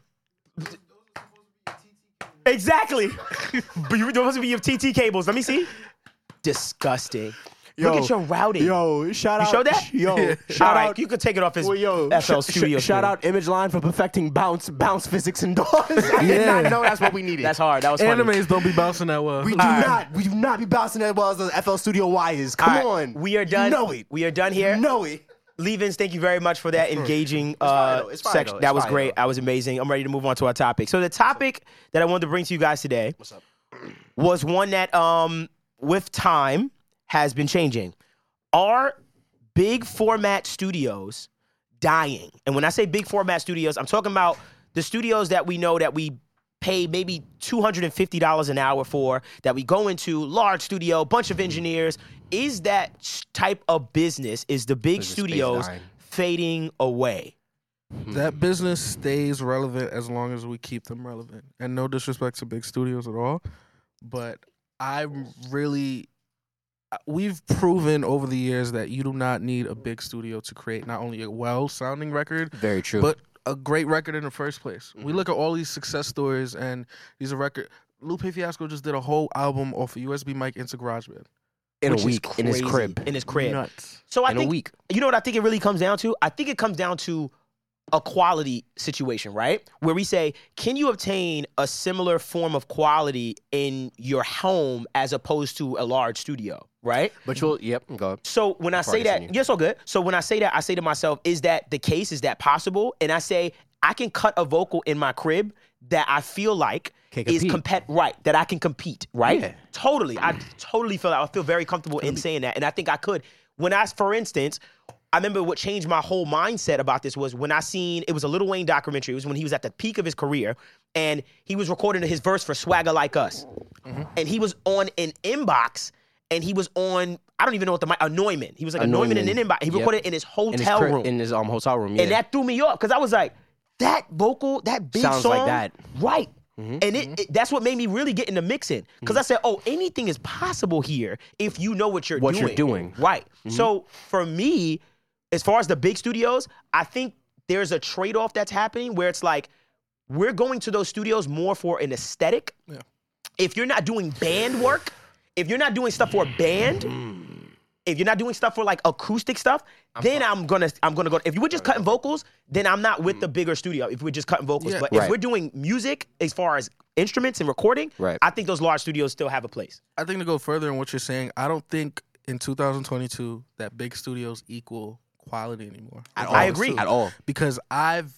B: Exactly. [LAUGHS] but you're supposed to be your TT cables. Let me see. Disgusting. Look at your routing.
C: Yo, shout
B: You
C: out.
B: showed that?
C: [LAUGHS] Yo,
A: Yeah.
B: All
C: shout
B: right,
C: out.
B: you could take it off his
C: Well, [LAUGHS] yo,
B: FL
C: sh- sh-
B: Studio.
C: shout
B: screen.
C: out Image Line for perfecting bounce, bounce physics and doors. [LAUGHS] I did
A: Yeah.
C: not know that's what we needed.
B: That's hard. That was funny.
A: Animes don't be bouncing that well. [LAUGHS]
C: We do not. We do not be bouncing as well as the FL Studio wires.
B: All
C: Come
B: right,
C: on.
B: We are done.
C: You know it.
B: We are done here.
C: You know it.
B: Levens, thank you very much for that engaging
C: fire,
B: uh,
C: though. It's fire,
B: section.
C: though.
B: That
C: It's
B: was
C: fire,
B: great.
C: though.
B: That was amazing. I'm ready to move on to our topic. So the topic that I wanted to bring to you guys today
C: up?
B: was one that, um, with time, has been changing. Are big format studios dying? And when I say big format studios, I'm talking about the studios that we know that we pay maybe $250 an hour for that we go into large studio bunch of engineers is that s- type of business is the big
C: Is the space
B: studios
C: dying?
B: fading away
A: That business stays relevant as long as we keep them relevant. And no disrespect to big studios at all, but I'm really we've proven over the years that you do not need a big studio to create not only a well-sounding record
C: Very true.
A: but a great record in the first place. We look at all these success stories and these are record Lupe Fiasco just did a whole album off a USB mic into GarageBand.
C: in
B: which
C: a
B: is
C: week, in his
B: crazy.
C: crib,
B: in his crib
A: Nuts.
B: so i
C: in a
B: think
C: week.
B: you know what I think it really comes down to? I think it comes down to a quality situation, right? Where we say, can you obtain a similar form of quality in your home as opposed to a large studio, right?
C: But you'll, yep, go. ahead.
B: So when I say
C: parties in
B: that, yes, all good. So when I say that, I say to myself, is that the case? Is that possible? And I say, I can cut a vocal in my crib that I feel like
C: Can
B: is
C: compete.
B: compet right that I can compete right.
C: Yeah.
B: Totally, I totally feel that. I feel very comfortable in saying that, and I think I could. When I, for instance. I remember what changed my whole mindset about this was when I seen it was a Little Wayne documentary. It was when he was at the peak of his career and he was recording his verse for Swagger Like Us
C: Mm-hmm.
B: and he was on an inbox and he was on I don't even know what the mic a Neumann. He was like a, Neumann in an
C: Neumann.
B: inbox. He
C: Yep.
B: recorded in his
C: In his
B: hotel
C: crib-
B: room.
C: in his um hotel room. Yeah.
B: and that threw me off because I was like, that vocal, that big
C: Sounds
B: song,
C: like that. Mm-hmm,
B: right? And it, it- that's what made me really get into mixing because
C: Mm.
B: I said, oh, anything is possible here if you know what you're
C: What
B: doing.
C: you're doing. Mm-hmm.
B: right? So for me, as far as the big studios, I think there's a trade off that's happening where it's like we're going to those studios more for an aesthetic if you're not doing band work, if you're not doing stuff for a band, if you're not doing stuff for like acoustic stuff, then I'm gonna I'm gonna go. If you were just cutting vocals, then I'm not with the bigger studio. If we're just cutting vocals,
A: Yeah.
B: but if
C: Right.
B: we're doing music as far as instruments and recording,
C: Right.
B: I think those large studios still have a place.
A: I think to go further in what you're saying, I don't think in 2022 that big studios equal quality anymore.
C: At
B: I
C: all.
B: agree.
C: At all.
A: because I've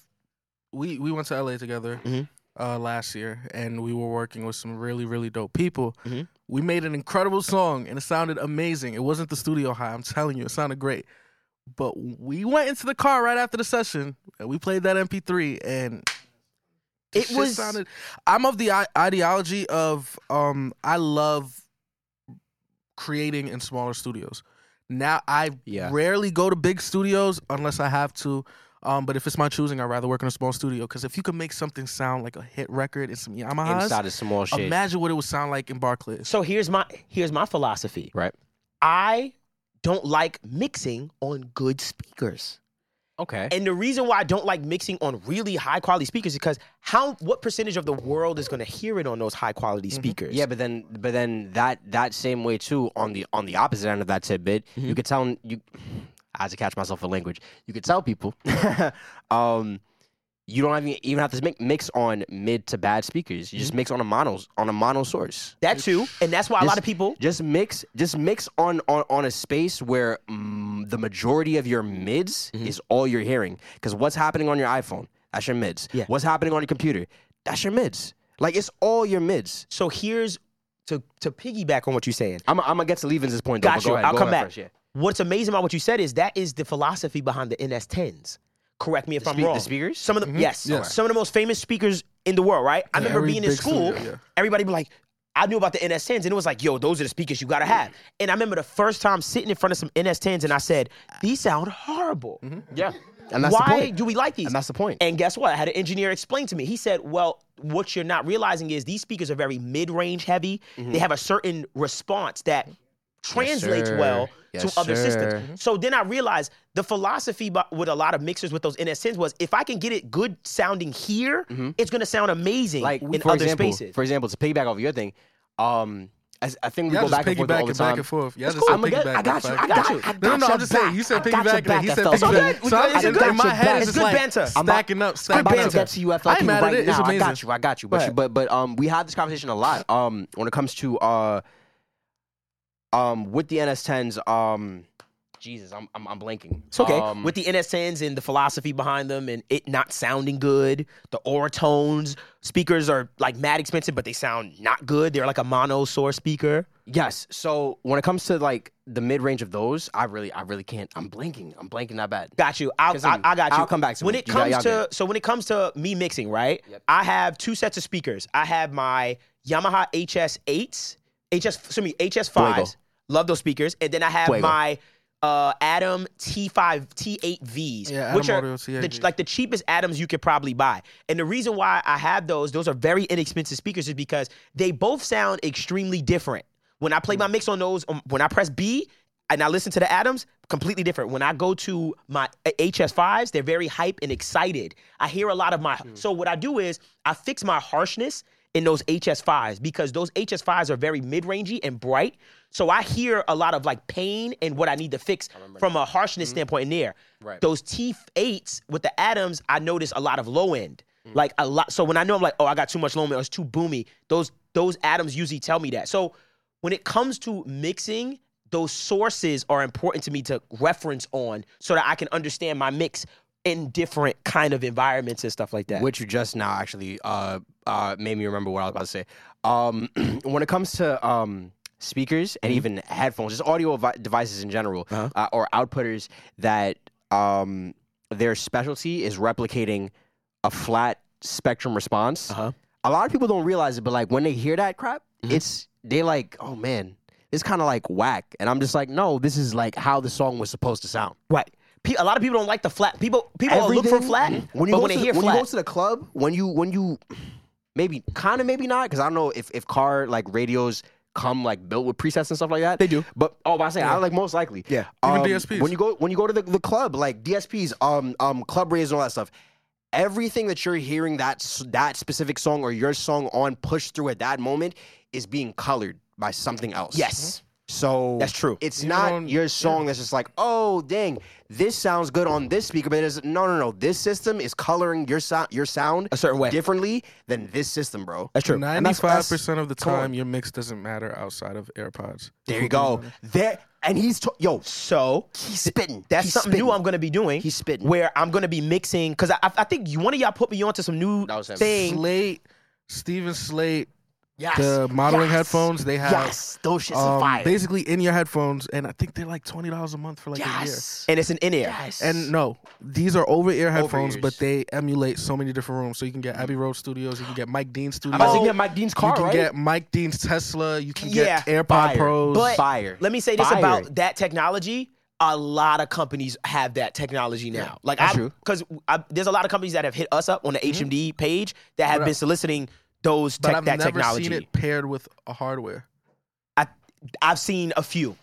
A: we we went to LA together
B: Mhm.
A: uh, last year, and we were working with some really really dope people.
B: Mhm.
A: We made an incredible song, and it sounded amazing. It wasn't the studio high, I'm telling you, it sounded great. But we went into the car right after the session, and we played that MP3, and the
B: It
A: shit
B: was-
A: sounded. I'm of the I- ideology of um, I love creating in smaller studios. Now I
C: Yeah.
A: rarely go to big studios unless I have to. Um, but if it's my choosing, I'd rather work in a small studio because if you can make something sound like a hit record and some Yamahas,
C: Inside is small shit.
A: imagine what it would sound like in Barclays.
B: So here's my here's my philosophy.
C: right.
B: I don't like mixing on good speakers.
C: Okay.
B: And the reason why I don't like mixing on really high quality speakers is because how what percentage of the world is going to hear it on those high quality speakers?
C: Mm-hmm. Yeah, but then but then that that same way too on the on the opposite end of that tidbit,
B: Mm-hmm.
C: you could tell you I had to catch myself for language. You could tell people [LAUGHS] um you don't even even have to mi- mix on mid to bad speakers. You
B: Mm-hmm.
C: just mix on a mono on a mono source.
B: That too, and that's why a lot of people.
C: Just mix just mix on on, on a space where mm, the majority of your mids
B: Mm-hmm.
C: is all you're hearing cuz what's happening on your iPhone? That's your mids.
B: Yeah.
C: What's happening on your computer? That's your mids. Like it's all your mids.
B: So here's to to piggyback on what you're saying.
C: I'm, I'm gonna get to Levin's point. Though,
B: Got
C: but go
B: you.
C: ahead,
B: I'll
C: go
B: come
C: ahead
B: back.
C: first, yeah.
B: What's amazing about what you said is that is the philosophy behind the NS10s. Correct me if I'm
C: spe- the
B: wrong.
C: speakers?
B: Some of the yes,
A: Mm-hmm. Yeah.
B: some of the most famous speakers in the world. Right. I remember
A: every
B: being in
A: big
B: school.
A: studio, yeah.
B: Everybody be like. I knew about the NS10s and it was like, yo, those are the speakers you gotta have. And I remember the first time sitting in front of some NS10s and I said, these sound horrible.
A: Mm-hmm.
C: Yeah, and that's the
B: Why
C: point.
B: do we like these?
C: And that's the point.
B: And guess what? I had an engineer explain to me. He said, "Well, what you're not realizing is these speakers are very mid-range heavy.
C: Mm-hmm.
B: They have a certain response that translates
C: sir.
B: well
C: Yes,
B: to other
C: sir.
B: systems." So then I realized the philosophy bu- with a lot of mixers with those NSNs was if I can get it good sounding here, it's going to sound amazing
C: Mm-hmm. like
B: in
C: for
B: other
C: example,
B: spaces.
C: for example, to piggyback off your thing, um, I, I think we
A: Y'all
C: go
A: just
C: back and forth all
A: piggyback
C: the
A: and
C: time.
A: back and forth. Y'all just
C: cool.
A: said
C: I'ma get-
A: piggyback
C: I
A: and
C: got you.
A: back
C: I
A: and
C: got
A: forth.
C: you. I
A: No, no, no.
C: got
A: I'm
C: your
A: just saying.
C: back.
A: You said
C: I got your
A: piggyback, and then he
C: back,
A: said
C: though. I got
A: piggyback. So
B: you. It's
A: I'm-
B: good
A: in my
B: banter.
A: head, it's
B: It's good
A: like
B: banter. I'm
C: about-
A: stacking up,
C: I'm
A: stacking
C: about
A: up.
C: to get to you, FLQ,
A: I ain't mad
C: right
A: at it. It's
C: now. I
A: amazing.
C: got you. I got you. But you,
A: ahead.
C: but but um, we had this conversation a lot. Um, when it comes to uh, um, with the NS10s, um,
E: Jesus, I'm I'm, I'm blanking.
B: It's okay.
E: Um,
B: With the NSNs and the philosophy behind them and it not sounding good, the aura tones, speakers are like mad expensive, but they sound not good. They're like a mono source speaker.
E: yes. So when it comes to like the mid range of those, I really I really can't. I'm blanking. I'm blanking that bad.
B: Got you. I'll, I,
E: Continue.
B: I got you.
E: I'll come back to
B: when
E: it.
B: it
E: You got-
B: comes
E: y'all
B: to so when it comes to me mixing, right? I have two sets of speakers. I have my Yamaha HS eights, HS excuse me HS fives. Love those speakers, and then I have
E: Fuego.
B: my uh, Adam T five T eight Vs,
A: Yeah, Atom
B: which are
A: Audio T8
B: the,
A: Vs.
B: like the cheapest Adams you could probably buy. And the reason why I have those, those are very inexpensive speakers, is because they both sound extremely different. When I play my mix on those, um, when I press B and I listen to the Adams, completely different. When I go to my uh, HS5s, they're very hype and excited. I hear a lot of my. So what I do is I fix my harshness in those HS5s because those HS5s are very mid-rangey and bright. So I hear a lot of like pain and what I need to fix from a harshness standpoint in there.
E: Right.
B: Those T8s with the atoms, I notice a lot of low end. Like a lot. So when I know I'm like, oh, I got too much low end, or it's too boomy, those those atoms usually tell me that. So when it comes to mixing, those sources are important to me to reference on so that I can understand my mix in different kind of environments and stuff like that.
E: Which you just now actually uh, uh, made me remember what I was about to say. Um, [CLEARS THROAT] when it comes to um, speakers and even headphones, just audio vi- devices in general, uh or outputters that um, their specialty is replicating a flat spectrum response.
B: Uh-huh.
E: A lot of people don't realize it, but like when they hear that crap, it's they like, oh man, it's kind of like whack. And I'm just like, no, this is like how the song was supposed to sound.
B: right. Pe- a lot of people don't like the flat. People people look for
E: Everything-
B: flat,
E: Mm. When you
B: but when
E: go to
B: they
E: the-
B: hear
E: when
B: flat,
E: you go to the club, when you when you maybe kind of maybe not because I don't know if if car like radios come like built with presets and stuff like that. They
B: do.
E: but oh, but I say I like most likely.
B: Yeah.
A: Even
E: Um,
A: DSPs.
E: When you go when you go to the, the club, like DSPs, um, um, club radios and all that stuff. Everything that you're hearing that s- that specific song or your song on push through at that moment is being colored by something else.
B: yes.
E: So
B: That's true.
E: It's
A: You
E: not
A: don't-
E: your song that's just like, oh dang, this sounds good on this speaker, but it is no no no. This system is coloring your sound your sound
B: A certain way.
E: differently than this system, bro.
B: That's true. And that's-
A: Ninety-five percent of the
E: come on.
A: time, your mix doesn't matter outside of AirPods.
E: There you go. There and he's t- yo,
B: So
E: he's spitting.
B: That's
E: He's
B: something new
E: spitting.
B: I'm gonna be doing.
E: He's spitting.
B: Where I'm gonna be mixing because I, I I think you- one of y'all put me onto some new
E: That was him.
B: thing.
A: Slate, Steven Slate,
E: yes.
A: the modeling
E: Yes.
A: headphones they have.
E: Yes, those shits are
A: um,
E: fire.
A: Basically, in your headphones, and I think they're like twenty dollars a month for like a year.
E: yes.
B: And it's an in ear.
E: yes.
A: And no, these are over ear headphones,
E: Over-ears.
A: but they emulate so many different rooms. So you can get Abbey Road Studios, you can get Mike Dean Studios,
E: I'm about to get Mike Dean's car,
A: you can
E: right?
A: get Mike Dean's Tesla, you can
B: Yeah,
A: get AirPod
E: fire.
A: Pros.
B: But
E: Fire.
B: let me say this
E: Fire.
B: about that technology. A lot of companies have that technology now. like I,
E: true. Mm-hmm.
B: because there's a lot of companies that have hit us up on the HMD page that have
A: But I-
B: been soliciting those
A: but
B: tech,
A: I've
B: that
A: never
B: technology.
A: seen it paired with a hardware.
B: I, I've seen a few.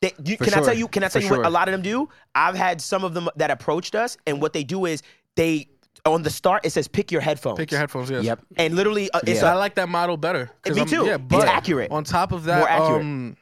B: They, you,
E: For
B: can I
E: sure.
B: tell you? Can I
E: For
B: tell you
E: sure.
B: what a lot of them do? I've had some of them that approached us, and what they do is they on the start it says pick your headphones.
A: Pick your headphones, yes.
B: [LAUGHS]
E: Yep.
B: And literally, uh, it's
A: So I
B: a,
A: like that model better. 'cause
B: Me
A: I'm-
B: too.
A: Yeah,
B: It's
A: but
B: accurate.
A: On top of that,
B: More accurate.
A: Um,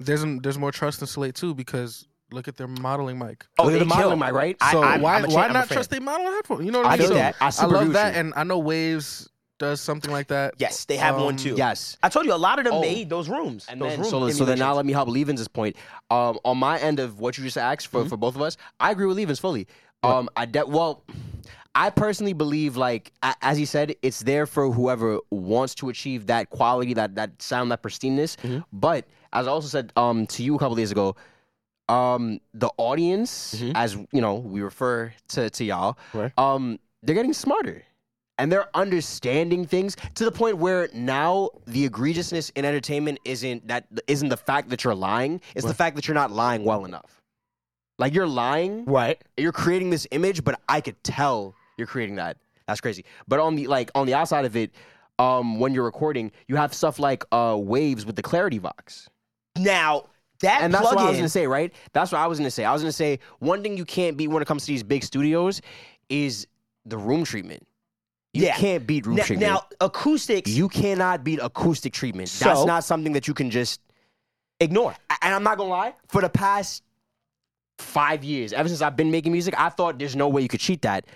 A: there's there's more trust in Slate too because look at their modeling mic.
B: oh,
E: Look at
B: they
E: the model
B: kill.
E: in my right?
B: I-
A: So
B: I'm-
A: why
B: I'm a cha-
A: why
B: I'm a
A: not
B: fan.
A: trust their model headphone? You know what
E: I
A: I mean?
E: feel
A: So
E: that. I super
A: love
E: agree
A: that,
E: with you.
A: and I know Waves does something like that.
B: Yes, they have one
A: Um,
B: too.
E: Yes.
B: I told you a lot of them
E: Oh.
B: made those rooms.
E: And
B: those
E: then,
B: rooms.
E: so, so then now let me help Levin's point. Um, on my end of what you just asked
B: Mm-hmm.
E: for, for both of us, I agree with Levin's fully. Um, I de- well, I personally believe like a- as he said, it's there for whoever wants to achieve that quality, that that sound, that pristineness.
B: Mm-hmm.
E: But as I also said um, to you a couple days ago, um, the audience, as you know, we refer to to y'all,
B: Mm-hmm. Right.
E: um, they're getting smarter and they're understanding things to the point where now the egregiousness in entertainment isn't that isn't the fact that you're lying it's the fact that you're not lying well enough like you're lying
B: right.
E: you're creating this image but i could tell you're creating that that's crazy but on the like on the outside of it um when you're recording you have stuff like uh waves with the clarity vox
B: Now that
E: and that's
B: plug-in,
E: what I was gonna say, right? That's what I was gonna say. I was gonna say one thing you can't beat when it comes to these big studios is the room treatment. You
B: Yeah.
E: can't beat room
B: now,
E: treatment.
B: now acoustics
E: you cannot beat acoustic treatment.
B: So-
E: that's not something that you can just.
B: ignore.
E: a- And I'm not gonna lie, for the past five years, ever since I've been making music, I thought there's no way you could cheat that.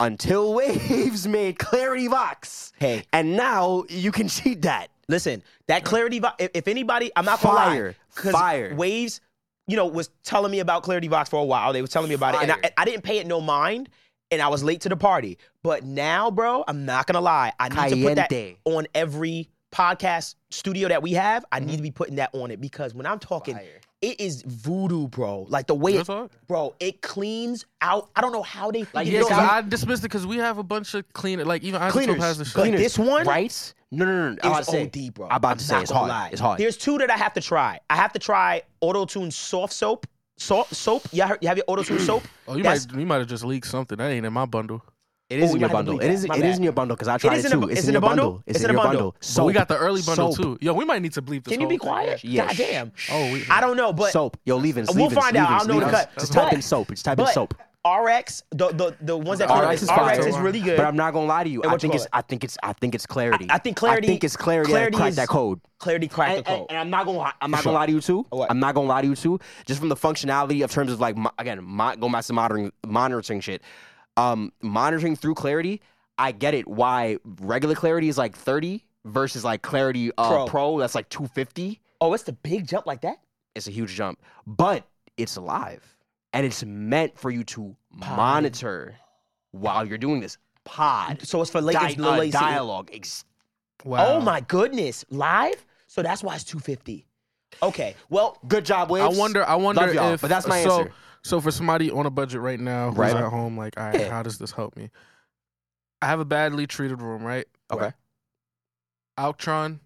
E: Until [LAUGHS] Waves made Clarity Vox,
B: Hey.
E: and now you can cheat that.
B: Listen, that clarity. vi- If, if anybody, I'm not
E: Fire.
B: gonna lie. 'cause
E: Fire.
B: Waves you know, was telling me about Clarity Vox for a while. They were telling me about it, and
E: Fire.
B: I, I didn't pay it no mind. And I was late to the party. But now, bro, I'm not gonna lie. I need to put that
E: Caliente.
B: on every podcast studio that we have. I need to be putting that on it because when I'm talking,
E: Mm-hmm. Fire.
B: it is voodoo, bro. Like the way
A: That's
B: it,
A: all right.
B: bro, it cleans out. I don't know how they figured
E: Like, you
A: Yeah,
B: this
E: know,
A: 'cause
B: out.
A: I dismissed it because we have a bunch of clean, like even Isotope
E: Cleaners.
A: has the shit.
B: But
E: Cleaners.
B: this one
E: Rights? No, no, no. no. I'm about
B: is
E: to say,
B: OD, bro.
E: I'm about to
B: I'm
E: say
B: not
E: it's
B: gonna
E: hard.
B: lie.
E: It's hard.
B: There's two that I have to try. I have to try Auto Tune Soft Soap. Soft soap. You heard- you have your Auto Tune
E: [CLEARS THROAT]
B: soap.
A: Oh, you
B: That's-
A: might you might have just leaked something that ain't in my bundle.
E: It
B: Oh,
E: is in
B: you
E: your
B: had to
E: bundle.
B: bleep
E: It
B: that.
E: is.
B: My
E: It
B: bad.
E: is in your bundle because I
B: is
E: tried
B: in
E: it
B: a
E: too.
B: bu-
E: it's,
B: it's
E: in your bundle. It's in your bundle.
A: So
E: So
A: we got the early bundle
E: Soap.
A: too. Yo, we might need to bleep this.
B: Can you be
A: whole thing.
B: quiet?
E: Yeah,
B: God
E: sh-
B: damn.
A: Oh, we,
B: I don't know, but
E: soap. Yo, leave it.
B: We'll find out. I don't know
A: the cut.
E: Just
B: But-
E: type in soap. Just type in
B: but
E: soap.
B: RX, the the the ones that
A: RX
B: RX,
A: is
B: is,
A: fine.
B: RX is really good.
E: But I'm not gonna lie to you.
B: And
E: I
B: what you
E: think
B: call
E: it's.
B: it?
E: I think it's. I think it's clarity.
B: I think clarity-
E: I think it's clarity. that
B: clarity
E: cracked
B: is-
E: that code.
B: Clarity cracked the
E: and, and-
B: code.
E: and I'm not gonna hi- I'm not gonna lie to you too.
B: What?
E: I'm not gonna lie to you too. Just from the functionality of terms of like mo- again, mo- go back to monitoring monitoring shit. Um, monitoring through clarity, I get it. Why regular clarity is like 30 versus like clarity uh,
B: Pro.
E: pro. that's like 250.
B: Oh, it's the big jump like that.
E: It's a huge jump, but it's alive and it's meant for you to monitor while you're doing this pod
B: So it's for Lakers.
E: di-
B: Lil
E: uh,
B: Lacy.
E: dialogue. Ex-
A: Wow.
B: Oh my goodness, live. So that's why it's 250. Okay. Well,
E: Good job, Waves.
A: I wonder. I wonder
E: Love y'all,
A: if.
E: but that's my
A: so,
E: answer.
A: So for somebody on a budget right now who's
E: Right.
A: at home, like, all right,
B: Yeah.
A: how does this help me? I have a badly treated room, right?
E: Okay.
A: Ouktron,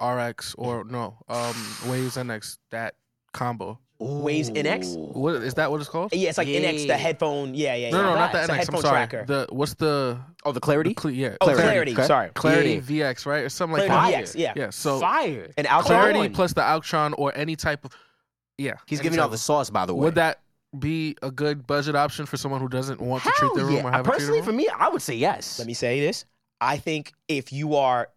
A: RX, or
E: Mm-hmm.
A: no, um, Waves NX. That combo.
B: Waves NX?
A: What is that? What it's called?
B: yeah, it's like NX, the
E: Yeah.
B: headphone. Yeah, yeah.
A: No,
B: yeah.
A: no, not the
B: It's a
A: NX. I'm
B: headphone
A: sorry.
B: tracker.
A: The what's the,
E: Oh, the
A: the
E: clarity.
A: cle- yeah
B: oh,
E: Clarity,
B: clarity.
E: okay.
B: Sorry.
A: Clarity VX right or something like
B: Clarity
A: that.
B: VX, yeah.
A: Yeah. So
E: Fire.
B: And Alcon.
A: clarity
E: Clarity.
A: plus the Ouktron or any type of yeah.
E: He's
A: any
E: giving
A: type
E: out the
A: of-
E: sauce, by the way.
A: Would that be a good budget option for someone who doesn't want to treat their room or
E: I
A: have a
E: personally,
A: treated
E: for
A: room?
E: me, I would say yes.
B: Let me say this. I think if you are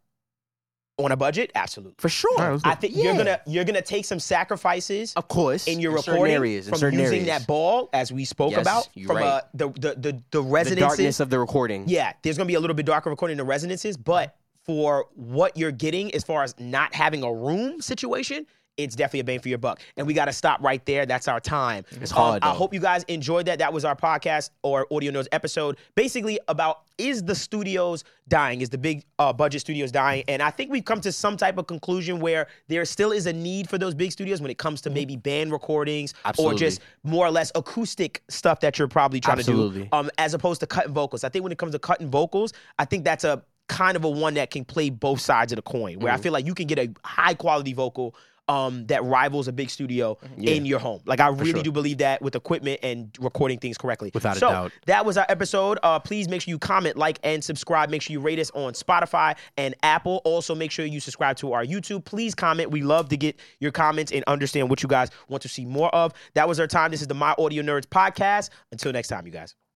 B: on a budget, absolutely.
E: for sure.
A: All right, let's do
B: I
A: it.
B: think
E: Yeah.
B: you're gonna you're gonna take some sacrifices
E: of course.
B: in your
E: certain
B: reporting
E: areas, in
B: from
E: certain
B: using
E: areas.
B: that ball as we spoke
E: Yes,
B: about
E: you're
B: from
E: right.
B: uh, the, the the the
E: the
B: resonances.
E: darkness of the recording.
B: yeah, there's gonna be a little bit darker recording the resonances, but for what you're getting as far as not having a room situation, it's definitely a bang for your buck. And we gotta stop right there. That's our time.
E: It's hard,
B: Um, I
E: though.
B: hope you guys enjoyed that. That was our podcast or audio notes episode, basically about is the studios dying? Is the big uh, budget studios dying? And I think we've come to some type of conclusion where there still is a need for those big studios when it comes to maybe band recordings or
E: Mm-hmm. Absolutely.
B: just more or less acoustic stuff that you're probably trying to
E: Absolutely.
B: do, um, as opposed to cutting vocals. I think when it comes to cutting vocals, I think that's a kind of a one that can play both sides of the coin, where I
E: Mm.
B: feel like you can get a high quality vocal. Um, that rivals a big studio in your home. Like I really do believe that with equipment and recording things correctly.
E: Without a
B: So,
E: doubt.
B: That was our episode. Uh, please make sure you comment, like, and subscribe. Make sure you rate us on Spotify and Apple. Also, make sure you subscribe to our YouTube. Please comment. We love to get your comments and understand what you guys want to see more of. That was our time. This is the My Audio Nerds podcast. Until next time, you guys.